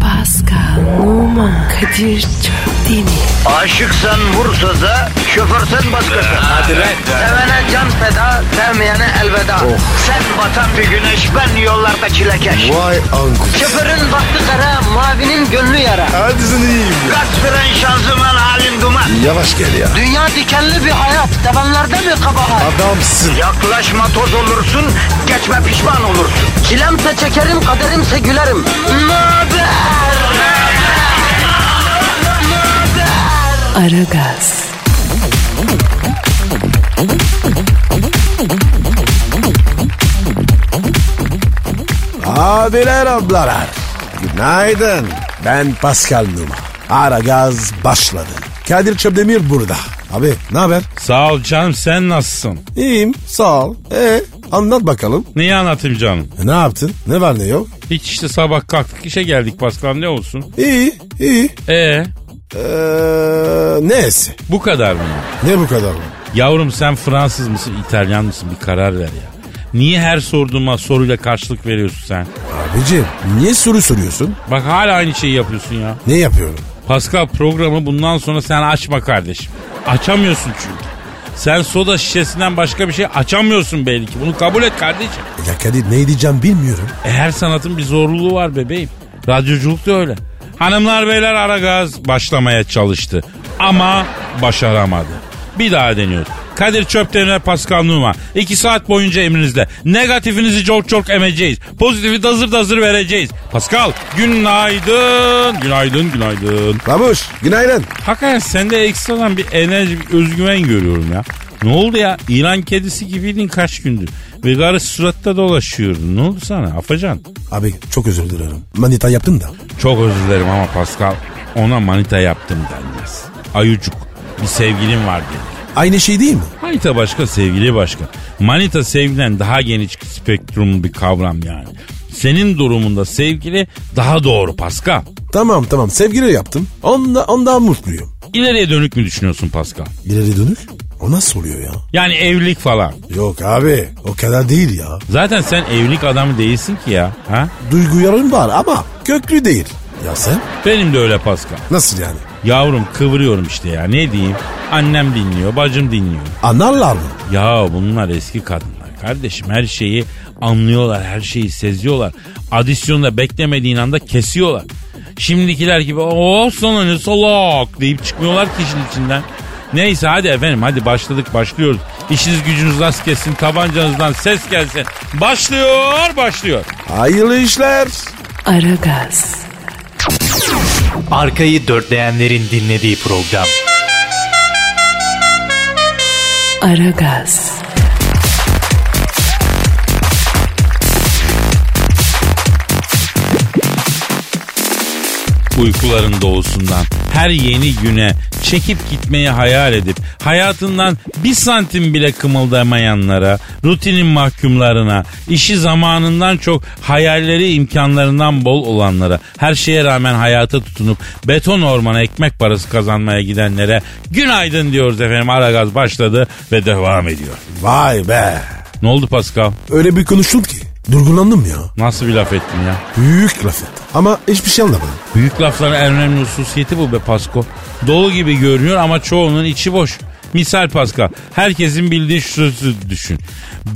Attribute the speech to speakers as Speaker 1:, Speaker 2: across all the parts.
Speaker 1: Pascal, Oman, Kadir çok değil mi?
Speaker 2: Aşıksan vursa da şoförsen başkasın.
Speaker 3: Hadi lan. Oh.
Speaker 2: Sevene can feda, sevmeyene elveda. Sen batan bir güneş, ben yollarda çilekeş.
Speaker 3: Vay anku.
Speaker 2: Şoförün baktı kara, mavinin gönlü yara.
Speaker 3: Hadi sen iyiyim ya.
Speaker 2: Kasperen şanzıman halin duman.
Speaker 3: Yavaş gel ya.
Speaker 2: Dünya dikenli bir hayat, sevenlerde mi kabahar?
Speaker 3: Adamsın.
Speaker 2: Yaklaşma toz olursun, geçme pişman olursun. Çilemse çekerim, kaderimse gülerim. Möber!
Speaker 1: Aragaz,
Speaker 3: Abiler ablalar. Günaydın. Ben Pascal Numa. Ara gaz başladı. Kadir Çöpdemir burada. Abi ne haber?
Speaker 4: Sağ ol canım sen nasılsın?
Speaker 3: İyiyim sağ ol. E anlat bakalım.
Speaker 4: Niye anlatayım canım?
Speaker 3: E, ne yaptın? Ne var ne yok?
Speaker 4: Hiç işte sabah kalktık işe geldik Pascal ne olsun?
Speaker 3: İyi iyi.
Speaker 4: Ee
Speaker 3: Ee, neyse.
Speaker 4: bu kadar mı?
Speaker 3: Ne bu kadar mı?
Speaker 4: Yavrum sen Fransız mısın İtalyan mısın bir karar ver ya. Niye her sorduğuma soruyla karşılık veriyorsun sen?
Speaker 3: Abicim niye soru soruyorsun?
Speaker 4: Bak hala aynı şeyi yapıyorsun ya.
Speaker 3: Ne yapıyorum?
Speaker 4: Pascal programı bundan sonra sen açma kardeşim. Açamıyorsun çünkü. Sen soda şişesinden başka bir şey açamıyorsun belli ki. Bunu kabul et kardeşim.
Speaker 3: Ya Kadir ne diyeceğim bilmiyorum.
Speaker 4: E, her sanatın bir zorluluğu var bebeğim. Radyoculuk da öyle. Hanımlar beyler Aragaz başlamaya çalıştı. Ama başaramadı. Bir daha deniyoruz. Kadir Çöpten ve Pascal Numa. İki saat boyunca emrinizde. Negatifinizi çok çok emeceğiz. Pozitifi de hazır da hazır vereceğiz. Pascal günaydın. Günaydın günaydın.
Speaker 3: Babuş günaydın.
Speaker 4: Hakikaten sende ekstradan bir enerji, bir özgüven görüyorum ya. Ne oldu ya? İlan kedisi gibiydin kaç gündür. Ve garip suratta dolaşıyordun. Ne oldu sana? Afacan.
Speaker 3: Abi çok özür dilerim. Manita yaptım da.
Speaker 4: Çok özür dilerim ama Pascal ona manita yaptım denmez. Ayucuk bir sevgilim var dedi.
Speaker 3: Aynı şey değil mi?
Speaker 4: Manita başka sevgili başka. Manita sevgiden daha geniş spektrumlu bir kavram yani. Senin durumunda sevgili daha doğru Pascal.
Speaker 3: Tamam tamam sevgili yaptım. Onda, ondan mutluyum.
Speaker 4: İleriye dönük mü düşünüyorsun Pascal?
Speaker 3: İleri dönük o nasıl oluyor ya?
Speaker 4: Yani evlilik falan.
Speaker 3: Yok abi o kadar değil ya.
Speaker 4: Zaten sen evlilik adamı değilsin ki ya. Ha?
Speaker 3: Duygularım var ama köklü değil. Ya sen?
Speaker 4: Benim de öyle Pascal.
Speaker 3: Nasıl yani?
Speaker 4: Yavrum kıvırıyorum işte ya ne diyeyim. Annem dinliyor, bacım dinliyor.
Speaker 3: Anlarlar mı?
Speaker 4: Ya bunlar eski kadınlar kardeşim her şeyi anlıyorlar her şeyi seziyorlar. Adisyonu da beklemediğin anda kesiyorlar. Şimdikiler gibi o sana ne salak deyip çıkmıyorlar ki işin içinden. Neyse hadi efendim hadi başladık başlıyoruz. İşiniz gücünüz rast kessin tabancanızdan ses gelsin. Başlıyor başlıyor.
Speaker 3: Hayırlı işler.
Speaker 1: Aragaz,
Speaker 5: Arkayı dörtleyenlerin dinlediği program.
Speaker 1: Aragaz,
Speaker 4: uykuların doğusundan her yeni güne çekip gitmeyi hayal edip hayatından bir santim bile kımıldamayanlara, rutinin mahkumlarına, işi zamanından çok hayalleri imkanlarından bol olanlara, her şeye rağmen hayata tutunup beton ormana ekmek parası kazanmaya gidenlere günaydın diyoruz efendim. Aragaz başladı ve devam ediyor.
Speaker 3: Vay be.
Speaker 4: Ne oldu Pascal?
Speaker 3: Öyle bir konuştun ki. Durgunlandım ya.
Speaker 4: Nasıl bir laf ettin ya?
Speaker 3: Büyük laf et. Ama hiçbir şey anlamadım.
Speaker 4: Büyük lafların en önemli hususiyeti bu be Pasko. Dolu gibi görünüyor ama çoğunun içi boş. Misal Paska, herkesin bildiği şu sözü düşün.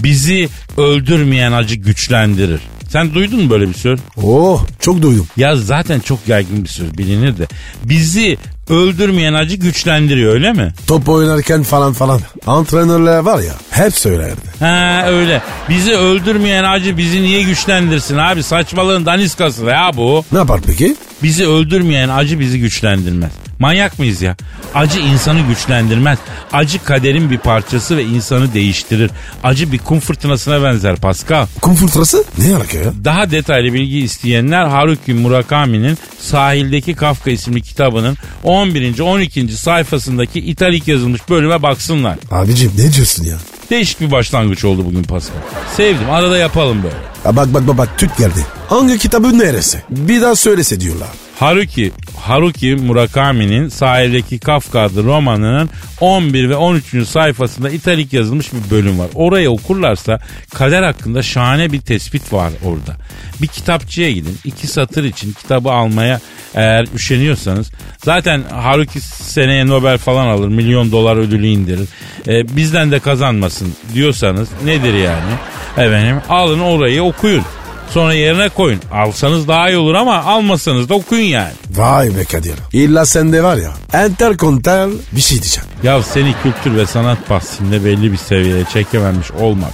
Speaker 4: Bizi öldürmeyen acı güçlendirir. Sen duydun mu böyle bir söz?
Speaker 3: Oh çok duydum.
Speaker 4: Ya zaten çok yaygın bir söz bilinir de. Bizi öldürmeyen acı güçlendiriyor öyle mi?
Speaker 3: Top oynarken falan falan. Antrenörler var ya hep söylerdi.
Speaker 4: Ha öyle. Bizi öldürmeyen acı bizi niye güçlendirsin abi? Saçmalığın daniskası ya bu.
Speaker 3: Ne yapar peki?
Speaker 4: Bizi öldürmeyen acı bizi güçlendirmez. Manyak mıyız ya? Acı insanı güçlendirmez. Acı kaderin bir parçası ve insanı değiştirir. Acı bir kum fırtınasına benzer Pascal.
Speaker 3: Kum fırtınası ne alaka ya?
Speaker 4: Daha detaylı bilgi isteyenler Haruki Murakami'nin Sahildeki Kafka isimli kitabının 11. 12. sayfasındaki italik yazılmış bölüme baksınlar.
Speaker 3: Abicim ne diyorsun ya?
Speaker 4: Değişik bir başlangıç oldu bugün Pascal. Sevdim arada yapalım böyle.
Speaker 3: Ya bak bak bak bak Türk geldi. Hangi kitabın neresi? Bir daha söylese diyorlar.
Speaker 4: Haruki Haruki Murakami'nin sahildeki Kafka adlı romanının 11 ve 13. sayfasında italik yazılmış bir bölüm var. Orayı okurlarsa kader hakkında şahane bir tespit var orada. Bir kitapçıya gidin. iki satır için kitabı almaya eğer üşeniyorsanız zaten Haruki seneye Nobel falan alır. Milyon dolar ödülü indirir. E, bizden de kazanmasın diyorsanız nedir yani? Efendim alın orayı okuyun. Sonra yerine koyun. Alsanız daha iyi olur ama almasanız da okuyun yani.
Speaker 3: Vay be Kadir. İlla sende var ya enterkontel bir şey diyeceğim.
Speaker 4: Ya seni kültür ve sanat bahsinde belli bir seviyeye çekememiş olmak.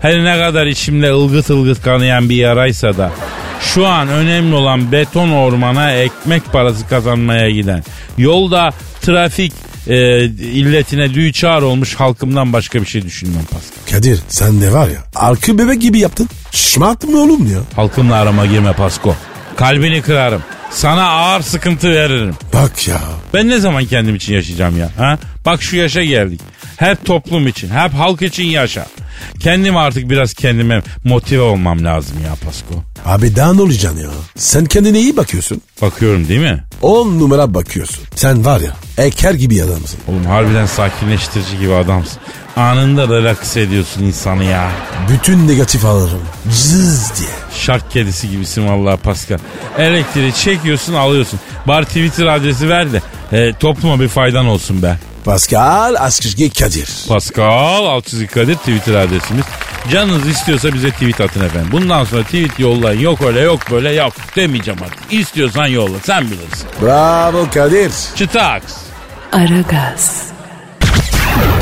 Speaker 4: Her ne kadar içimde ılgıt ılgıt kanayan bir yaraysa da şu an önemli olan beton ormana ekmek parası kazanmaya giden. Yolda trafik e, illetine düçar olmuş halkımdan başka bir şey düşünmem Pascal.
Speaker 3: Kadir sende var ya arka bebek gibi yaptın. Şımart mı oğlum ya?
Speaker 4: Halkımla arama girme Pasko. Kalbini kırarım. Sana ağır sıkıntı veririm.
Speaker 3: Bak ya.
Speaker 4: Ben ne zaman kendim için yaşayacağım ya? Ha? Bak şu yaşa geldik. Hep toplum için, hep halk için yaşa. Kendim artık biraz kendime motive olmam lazım ya Pasko.
Speaker 3: Abi daha ne olacaksın ya? Sen kendine iyi bakıyorsun.
Speaker 4: Bakıyorum değil mi?
Speaker 3: On numara bakıyorsun. Sen var ya eker gibi adamsın.
Speaker 4: Oğlum harbiden sakinleştirici gibi adamsın. Anında relax ediyorsun insanı ya.
Speaker 3: Bütün negatif alırım. Cız diye.
Speaker 4: Şark kedisi gibisin vallahi Pascal. Elektriği çekiyorsun alıyorsun. Bar Twitter adresi ver de e, topluma bir faydan olsun be.
Speaker 3: Pascal Askışgi Kadir.
Speaker 4: Pascal Altçizgi Kadir Twitter adresimiz. Canınız istiyorsa bize tweet atın efendim. Bundan sonra tweet yollayın. Yok öyle yok böyle yok demeyeceğim artık. İstiyorsan yolla sen bilirsin.
Speaker 3: Bravo Kadir.
Speaker 4: Çıtaks.
Speaker 1: Aragaz,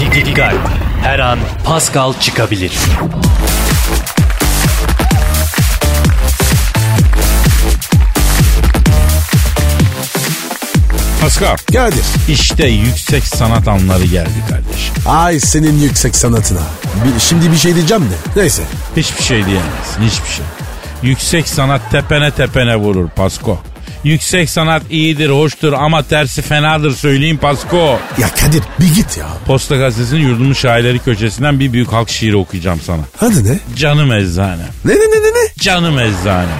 Speaker 5: Didi Dikkat. Her an Pascal çıkabilir.
Speaker 4: Pascal
Speaker 3: Kadir.
Speaker 4: işte yüksek sanat anları geldi kardeşim.
Speaker 3: Ay senin yüksek sanatına. Bir- şimdi bir şey diyeceğim de. Neyse.
Speaker 4: Hiçbir şey diyemezsin hiçbir şey. Yüksek sanat tepene tepene vurur Pasko. Yüksek sanat iyidir, hoştur ama tersi fenadır söyleyeyim Pasko.
Speaker 3: Ya Kadir bir git ya.
Speaker 4: Posta gazetesinin yurdumun şairleri köşesinden bir büyük halk şiiri okuyacağım sana.
Speaker 3: Hadi ne?
Speaker 4: Canım eczane.
Speaker 3: Ne ne ne ne ne?
Speaker 4: Canım eczane.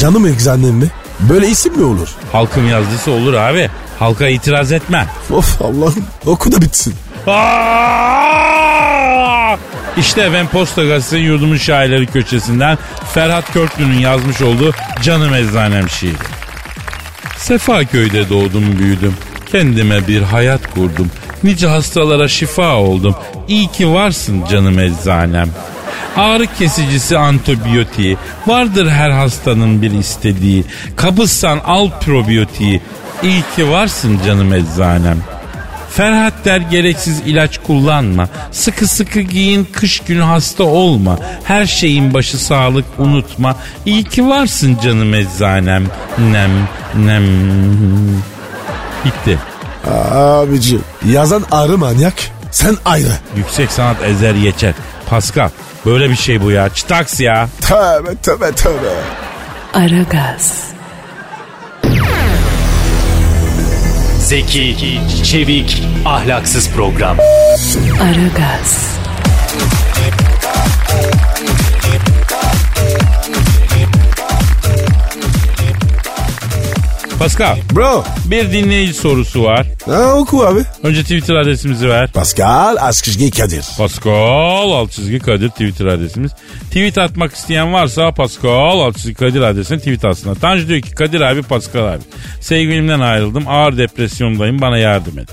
Speaker 3: Canım egzanem mi? Böyle isim mi olur?
Speaker 4: Halkım yazdıysa olur abi. Halka itiraz etme.
Speaker 3: Of Allah'ım oku da bitsin.
Speaker 4: Aa! İşte ben Posta Gazetesi'nin yurdumun şairleri köşesinden Ferhat Körtlü'nün yazmış olduğu Canım Eczanem şiiri. Sefaköy'de doğdum büyüdüm. Kendime bir hayat kurdum. Nice hastalara şifa oldum. İyi ki varsın canım eczanem. Ağrı kesicisi antibiyotiği. Vardır her hastanın bir istediği. Kabızsan al probiyotiği. İyi ki varsın canım eczanem. Ferhat der gereksiz ilaç kullanma. Sıkı sıkı giyin kış günü hasta olma. Her şeyin başı sağlık unutma. İyi ki varsın canım eczanem. Nem nem. Bitti.
Speaker 3: Abici yazan arı manyak sen ayrı.
Speaker 4: Yüksek sanat ezer geçer. Pascal böyle bir şey bu ya. Çıtaks ya.
Speaker 3: Tövbe tövbe tövbe.
Speaker 1: Aragaz,
Speaker 5: Zeki, çevik, ahlaksız program.
Speaker 1: Aragaz,
Speaker 4: Pascal
Speaker 3: Bro
Speaker 4: bir dinleyici sorusu var.
Speaker 3: ha, oku abi.
Speaker 4: Önce Twitter adresimizi ver.
Speaker 3: Pascal Askışgi Kadir.
Speaker 4: Pascal alt çizgi Kadir Twitter adresimiz. Tweet atmak isteyen varsa Pascal alt çizgi Kadir adresine tweet atsın. Tanju diyor ki Kadir abi Pascal abi. Sevgilimden ayrıldım ağır depresyondayım bana yardım et.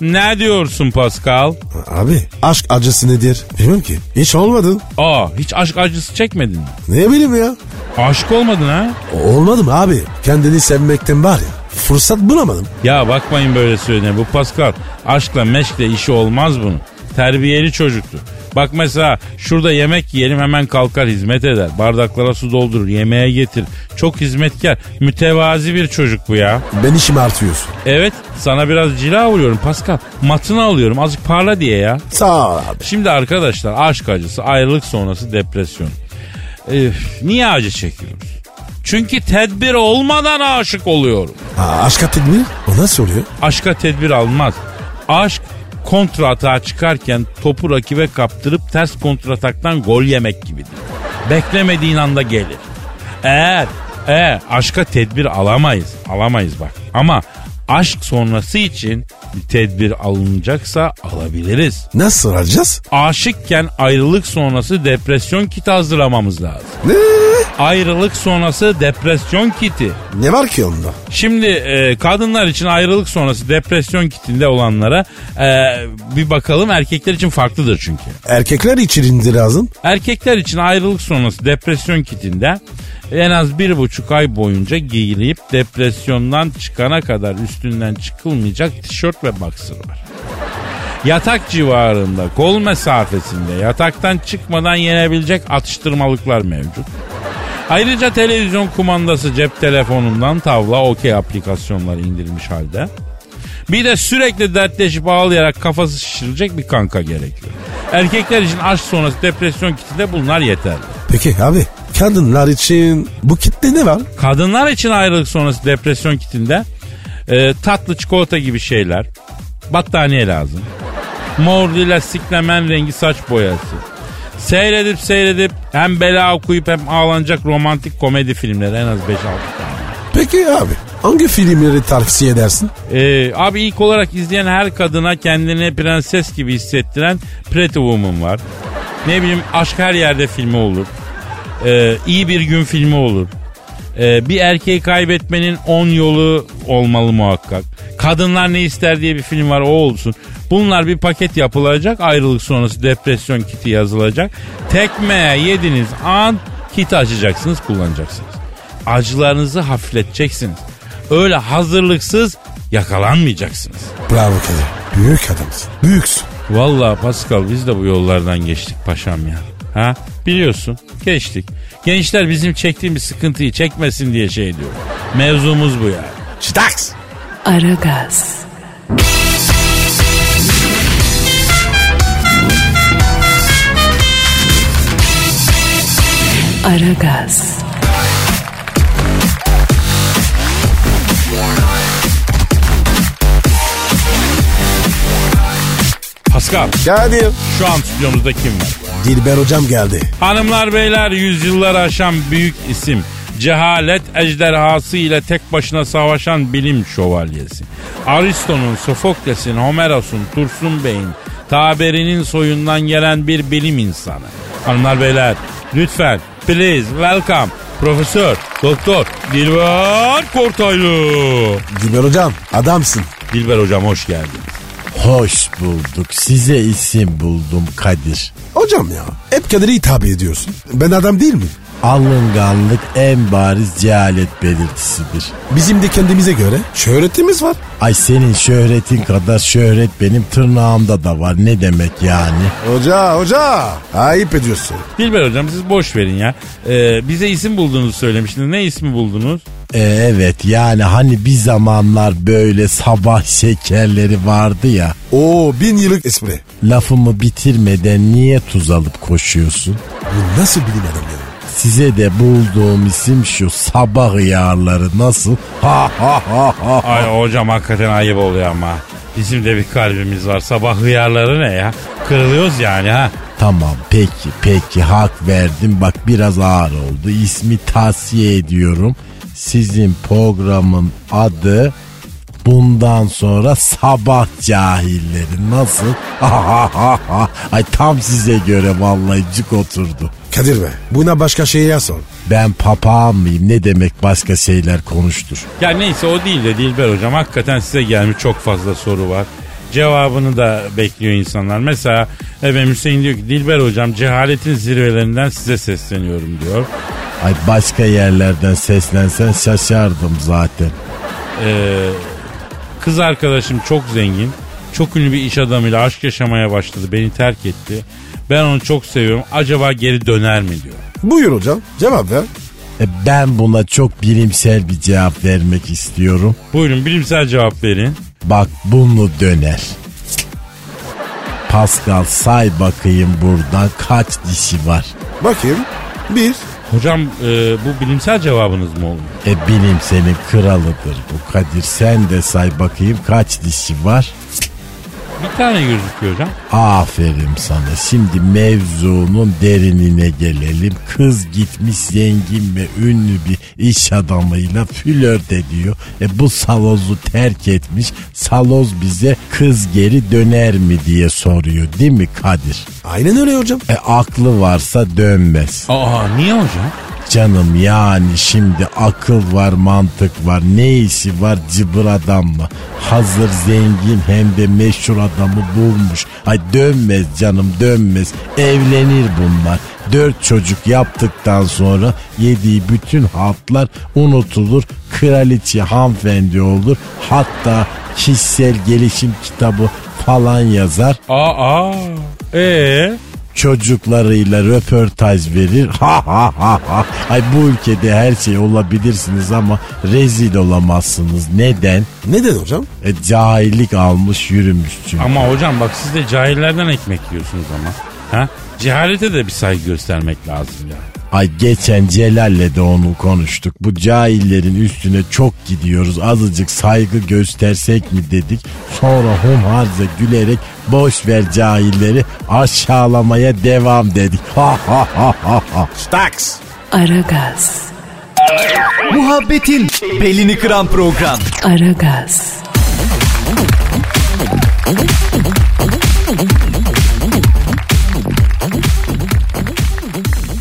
Speaker 4: Ne diyorsun Pascal?
Speaker 3: Abi aşk acısı nedir? Bilmiyorum ki. Hiç olmadın.
Speaker 4: Aa hiç aşk acısı çekmedin mi?
Speaker 3: Ne bileyim ya.
Speaker 4: Aşık olmadın ha?
Speaker 3: Olmadım abi. Kendini sevmekten var ya. Fırsat bulamadım.
Speaker 4: Ya bakmayın böyle söylediğine bu Pascal. Aşkla meşkle işi olmaz bunun. Terbiyeli çocuktu. Bak mesela şurada yemek yiyelim hemen kalkar hizmet eder. Bardaklara su doldurur, yemeğe getir. Çok hizmetkar, mütevazi bir çocuk bu ya.
Speaker 3: Beni şımartıyorsun.
Speaker 4: Evet sana biraz cila vuruyorum Pascal. Matını alıyorum azıcık parla diye ya.
Speaker 3: Sağ ol abi.
Speaker 4: Şimdi arkadaşlar aşk acısı, ayrılık sonrası depresyon. Üf, niye acı çekiyoruz? Çünkü tedbir olmadan aşık oluyorum.
Speaker 3: Ha, aşka tedbir? O nasıl oluyor?
Speaker 4: Aşka tedbir almaz. Aşk kontra atağa çıkarken topu rakibe kaptırıp ters kontrataktan gol yemek gibidir. Beklemediğin anda gelir. Eğer E aşka tedbir alamayız. Alamayız bak. Ama aşk sonrası için bir tedbir alınacaksa alabiliriz.
Speaker 3: Nasıl alacağız?
Speaker 4: Aşıkken ayrılık sonrası depresyon kiti hazırlamamız lazım.
Speaker 3: Ne?
Speaker 4: Ayrılık sonrası depresyon kiti.
Speaker 3: Ne var ki onda?
Speaker 4: Şimdi e, kadınlar için ayrılık sonrası depresyon kitinde olanlara e, bir bakalım erkekler için farklıdır çünkü.
Speaker 3: Erkekler için indir lazım.
Speaker 4: Erkekler için ayrılık sonrası depresyon kitinde en az bir buçuk ay boyunca giyilip depresyondan çıkana kadar üstünden çıkılmayacak tişört ve baksır var. Yatak civarında, kol mesafesinde, yataktan çıkmadan yenebilecek atıştırmalıklar mevcut. Ayrıca televizyon kumandası cep telefonundan tavla okey aplikasyonları indirilmiş halde. Bir de sürekli dertleşip ağlayarak kafası şişirilecek bir kanka gerekiyor. Erkekler için aşk sonrası depresyon kitinde bunlar yeterli.
Speaker 3: Peki abi kadınlar için bu kitle ne var?
Speaker 4: Kadınlar için ayrılık sonrası depresyon kitinde e, tatlı çikolata gibi şeyler, battaniye lazım. Mor lila siklemen rengi saç boyası. Seyredip seyredip hem bela okuyup hem ağlanacak romantik komedi filmleri en az 5-6 tane.
Speaker 3: Peki abi hangi filmleri tavsiye edersin?
Speaker 4: Ee, abi ilk olarak izleyen her kadına kendini prenses gibi hissettiren Pretty Woman var. Ne bileyim Aşk Her Yerde filmi olur. Ee, iyi Bir Gün filmi olur. Ee, bir erkeği kaybetmenin 10 yolu olmalı muhakkak. Kadınlar Ne ister diye bir film var o olsun. Bunlar bir paket yapılacak. Ayrılık sonrası depresyon kiti yazılacak. Tekmeye yediğiniz an kiti açacaksınız kullanacaksınız. Acılarınızı hafifleteceksiniz. Öyle hazırlıksız yakalanmayacaksınız.
Speaker 3: Bravo Kadir. Büyük adamsın. Büyüksün.
Speaker 4: Vallahi Pascal biz de bu yollardan geçtik paşam ya. Ha biliyorsun geçtik. Gençler bizim çektiğimiz sıkıntıyı çekmesin diye şey diyor. Mevzumuz bu ya.
Speaker 3: Çıtaks.
Speaker 1: Aragaz, Aragaz,
Speaker 4: Pascal
Speaker 3: Kadir.
Speaker 4: şu an stüdyomuzda kim var?
Speaker 3: Dilber hocam geldi.
Speaker 4: Hanımlar beyler yüzyılları aşan büyük isim. Cehalet ejderhası ile tek başına savaşan bilim şövalyesi. Aristo'nun, Sofokles'in, Homeros'un, Tursun Bey'in, Taberi'nin soyundan gelen bir bilim insanı. Hanımlar beyler lütfen please welcome Profesör Doktor Dilber Kortaylı.
Speaker 3: Dilber hocam adamsın.
Speaker 4: Dilber hocam hoş geldin.
Speaker 6: Hoş bulduk. Size isim buldum Kadir.
Speaker 3: Hocam ya hep Kadir'e hitap ediyorsun. Ben adam değil mi?
Speaker 6: Alınganlık en bariz cehalet belirtisidir.
Speaker 3: Bizim de kendimize göre şöhretimiz var.
Speaker 6: Ay senin şöhretin kadar şöhret benim tırnağımda da var. Ne demek yani?
Speaker 3: Hoca hoca. Ayıp ediyorsun.
Speaker 4: Dilber hocam siz boş verin ya. Ee, bize isim bulduğunuzu söylemiştiniz. Ne ismi buldunuz?
Speaker 6: E, evet yani hani bir zamanlar böyle sabah şekerleri vardı ya.
Speaker 3: Oo bin yıllık espri.
Speaker 6: Lafımı bitirmeden niye tuz alıp koşuyorsun?
Speaker 3: Bu nasıl bilim adamı ya?
Speaker 6: Size de bulduğum isim şu sabah hıyarları nasıl? Ha ha ha ha.
Speaker 4: Ay hocam hakikaten ayıp oluyor ama. Bizim de bir kalbimiz var. Sabah hıyarları ne ya? Kırılıyoruz yani ha.
Speaker 6: Tamam peki peki hak verdim bak biraz ağır oldu ismi tavsiye ediyorum sizin programın adı bundan sonra sabah cahilleri nasıl? Ay tam size göre vallahi cık oturdu.
Speaker 3: Kadir be buna başka şey yazsın.
Speaker 6: Ben papağan mıyım ne demek başka şeyler konuştur.
Speaker 4: Ya neyse o değil de Dilber hocam. Hakikaten size gelmiş çok fazla soru var. Cevabını da bekliyor insanlar. Mesela efendim Hüseyin diyor ki Dilber hocam cehaletin zirvelerinden size sesleniyorum diyor.
Speaker 6: Ay başka yerlerden seslensen şaşardım zaten.
Speaker 4: Ee, kız arkadaşım çok zengin. Çok ünlü bir iş adamıyla aşk yaşamaya başladı. Beni terk etti. Ben onu çok seviyorum. Acaba geri döner mi diyor.
Speaker 3: Buyur hocam cevap ver.
Speaker 6: E, Ben buna çok bilimsel bir cevap vermek istiyorum.
Speaker 4: Buyurun bilimsel cevap verin.
Speaker 6: Bak bunu döner. Pascal say bakayım buradan kaç dişi var?
Speaker 3: Bakayım. Bir.
Speaker 4: Hocam e, bu bilimsel cevabınız mı oldu?
Speaker 6: E bilim senin kralıdır bu Kadir. Sen de say bakayım kaç dişi var?
Speaker 4: Bir tane gözüküyor hocam.
Speaker 6: Aferin sana. Şimdi mevzunun derinine gelelim. Kız gitmiş zengin ve ünlü bir iş adamıyla flört ediyor. E bu salozu terk etmiş. Saloz bize kız geri döner mi diye soruyor değil mi Kadir?
Speaker 3: Aynen öyle hocam.
Speaker 6: E aklı varsa dönmez.
Speaker 4: Aa niye hocam?
Speaker 6: Canım yani şimdi akıl var mantık var ne işi var cıbır adamla hazır zengin hem de meşhur adamı bulmuş ay dönmez canım dönmez evlenir bunlar dört çocuk yaptıktan sonra yediği bütün hatlar unutulur kraliçe hanımefendi olur hatta kişisel gelişim kitabı falan yazar
Speaker 4: Aa aa. Ee?
Speaker 6: çocuklarıyla röportaj verir. Ha ha ha ha. Ay bu ülkede her şey olabilirsiniz ama rezil olamazsınız. Neden?
Speaker 3: Neden hocam?
Speaker 6: E, cahillik almış yürümüş çünkü.
Speaker 4: Ama hocam bak siz de cahillerden ekmek yiyorsunuz ama. Ha? Cehalete de bir saygı göstermek lazım ya.
Speaker 6: Ay geçen Celal'le de onu konuştuk. Bu cahillerin üstüne çok gidiyoruz. Azıcık saygı göstersek mi dedik. Sonra humharca gülerek boş ver cahilleri aşağılamaya devam dedik. Ha ha ha ha ha.
Speaker 3: Staks.
Speaker 1: Aragaz,
Speaker 5: Muhabbetin belini kıran program.
Speaker 1: Aragaz,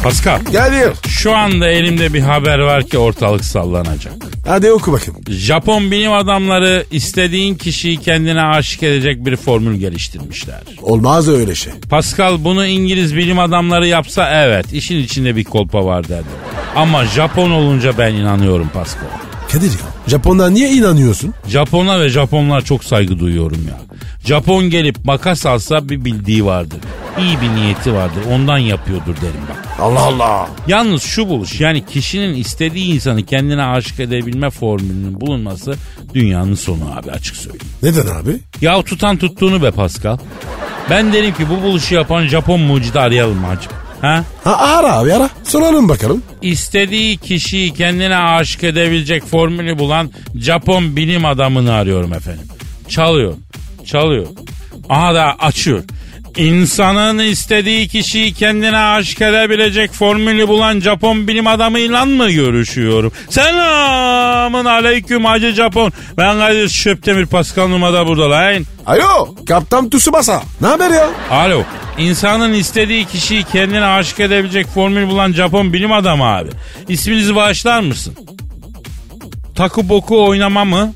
Speaker 4: Pascal
Speaker 3: Kadir.
Speaker 4: şu anda elimde bir haber var ki ortalık sallanacak.
Speaker 3: Hadi oku bakayım.
Speaker 4: Japon bilim adamları istediğin kişiyi kendine aşık edecek bir formül geliştirmişler.
Speaker 3: Olmaz öyle şey.
Speaker 4: Pascal bunu İngiliz bilim adamları yapsa evet işin içinde bir kolpa var derdi. Ama Japon olunca ben inanıyorum Pascal.
Speaker 3: Kadir ya. Japonlar niye inanıyorsun?
Speaker 4: Japonlar ve Japonlar çok saygı duyuyorum ya. Japon gelip makas alsa bir bildiği vardır. İyi bir niyeti vardır ondan yapıyordur derim bak.
Speaker 3: Allah Allah.
Speaker 4: Yalnız şu buluş yani kişinin istediği insanı kendine aşık edebilme formülünün bulunması dünyanın sonu abi açık söyleyeyim.
Speaker 3: Neden abi?
Speaker 4: Ya tutan tuttuğunu be Pascal. Ben derim ki bu buluşu yapan Japon mucidi arayalım mı hacı. Ha?
Speaker 3: Ha ara abi ara. Soralım bakalım.
Speaker 4: İstediği kişiyi kendine aşık edebilecek formülü bulan Japon bilim adamını arıyorum efendim. Çalıyor, çalıyor. Aha da açıyor. İnsanın istediği kişiyi kendine aşık edebilecek formülü bulan Japon bilim adamıyla mı görüşüyorum? Selamın aleyküm Hacı Japon. Ben Kadir Şöptemir Pascal Numa'da burada lan.
Speaker 3: Alo. Kaptan Tsubasa. Ne haber ya?
Speaker 4: Alo. İnsanın istediği kişiyi kendine aşık edebilecek formül bulan Japon bilim adamı abi. İsminizi bağışlar mısın? Takı boku oynama mı?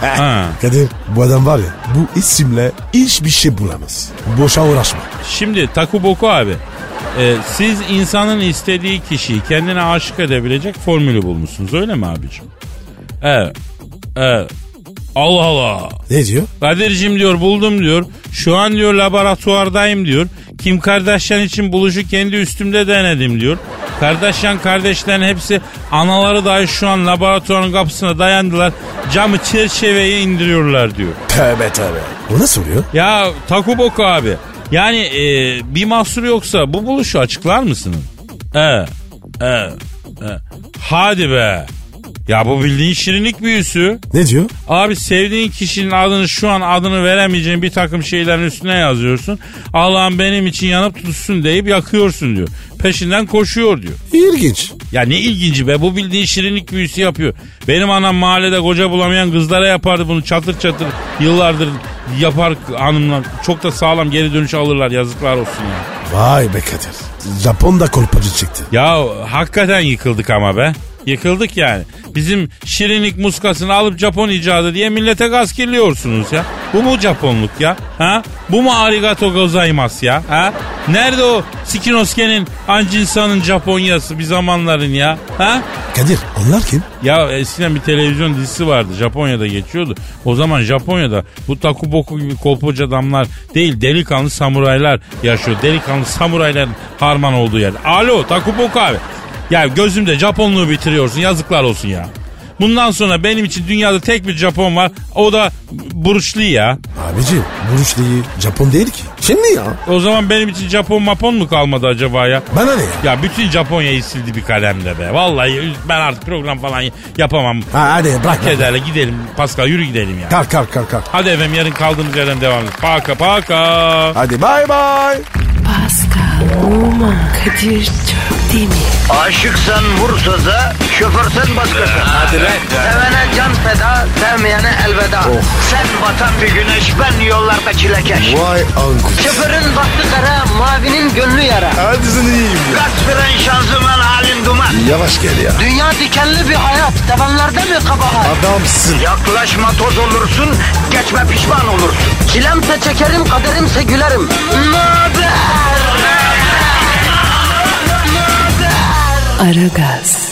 Speaker 4: ha.
Speaker 3: Kadir bu adam var ya bu isimle hiçbir şey bulamaz. Boşa uğraşma.
Speaker 4: Şimdi takı boku abi. Ee, siz insanın istediği kişiyi kendine aşık edebilecek formülü bulmuşsunuz öyle mi abicim? Evet. Evet. Allah Allah.
Speaker 3: Ne diyor?
Speaker 4: Kadir'cim diyor buldum diyor. Şu an diyor laboratuvardayım diyor. Kim Kardashian için buluşu kendi üstümde denedim diyor. Kardashian kardeşlerin hepsi anaları dahi şu an laboratuvarın kapısına dayandılar. Camı çerçeveye indiriyorlar diyor.
Speaker 3: Tövbe tövbe. O ne soruyor?
Speaker 4: Ya Takuboko abi yani e, bir mahsur yoksa bu buluşu açıklar mısınız? Ee, e, e. Hadi be. Ya bu bildiğin şirinlik büyüsü.
Speaker 3: Ne diyor?
Speaker 4: Abi sevdiğin kişinin adını şu an adını veremeyeceğin bir takım şeylerin üstüne yazıyorsun. Allah'ım benim için yanıp tutsun deyip yakıyorsun diyor. Peşinden koşuyor diyor.
Speaker 3: İlginç.
Speaker 4: Ya ne ilginci be bu bildiğin şirinlik büyüsü yapıyor. Benim anam mahallede koca bulamayan kızlara yapardı bunu çatır çatır yıllardır yapar hanımlar. Çok da sağlam geri dönüş alırlar yazıklar olsun ya.
Speaker 3: Vay be Kadir. Japon'da kolpacı çıktı.
Speaker 4: Ya hakikaten yıkıldık ama be. Yıkıldık yani. Bizim şirinlik muskasını alıp Japon icadı diye millete gaz kirliyorsunuz ya. Bu mu Japonluk ya? Ha? Bu mu arigato gozaimasu ya? Ha? Nerede o Sikinosuke'nin Anjinsa'nın Japonya'sı bir zamanların ya? Ha?
Speaker 3: Kadir onlar kim?
Speaker 4: Ya eskiden bir televizyon dizisi vardı. Japonya'da geçiyordu. O zaman Japonya'da bu takuboku gibi kolpoca adamlar değil delikanlı samuraylar yaşıyor. Delikanlı samurayların harman olduğu yer. Alo takuboku abi. Ya gözümde Japonluğu bitiriyorsun yazıklar olsun ya. Bundan sonra benim için dünyada tek bir Japon var. O da burçlu ya.
Speaker 3: Abici Bruce Lee Japon değil ki. Şimdi ya.
Speaker 4: O zaman benim için Japon mapon mu kalmadı acaba ya?
Speaker 3: Bana ne ya?
Speaker 4: Ya bütün Japonya'yı sildi bir kalemle be. Vallahi ben artık program falan yapamam.
Speaker 3: Ha, hadi bırak. lan.
Speaker 4: Kederle gidelim Pascal yürü gidelim ya.
Speaker 3: Kalk kalk kalk kalk.
Speaker 4: Hadi efendim yarın kaldığımız yerden devam edelim. Paka paka.
Speaker 3: Hadi bay bay.
Speaker 1: Pascal, Oman, Kadir çok değil mi?
Speaker 2: Aşıksan vursa da, şoförsen başkasın. Hadi Sevene can feda, sevmeyene elveda.
Speaker 3: Oh.
Speaker 2: Sen batan bir güneş, ben yollarda çilekeş.
Speaker 3: Vay anku.
Speaker 2: Şoförün baktı kara, mavinin gönlü yara.
Speaker 3: Hadi sen iyiyim ya.
Speaker 2: Kasperen şanzıman halin duman.
Speaker 3: Yavaş gel ya.
Speaker 2: Dünya dikenli bir hayat, sevenlerde mi kabahar?
Speaker 3: Adamsın.
Speaker 2: Yaklaşma toz olursun, geçme pişman olursun. Çilemse çekerim, kaderimse gülerim. Möber!
Speaker 1: Aragaz.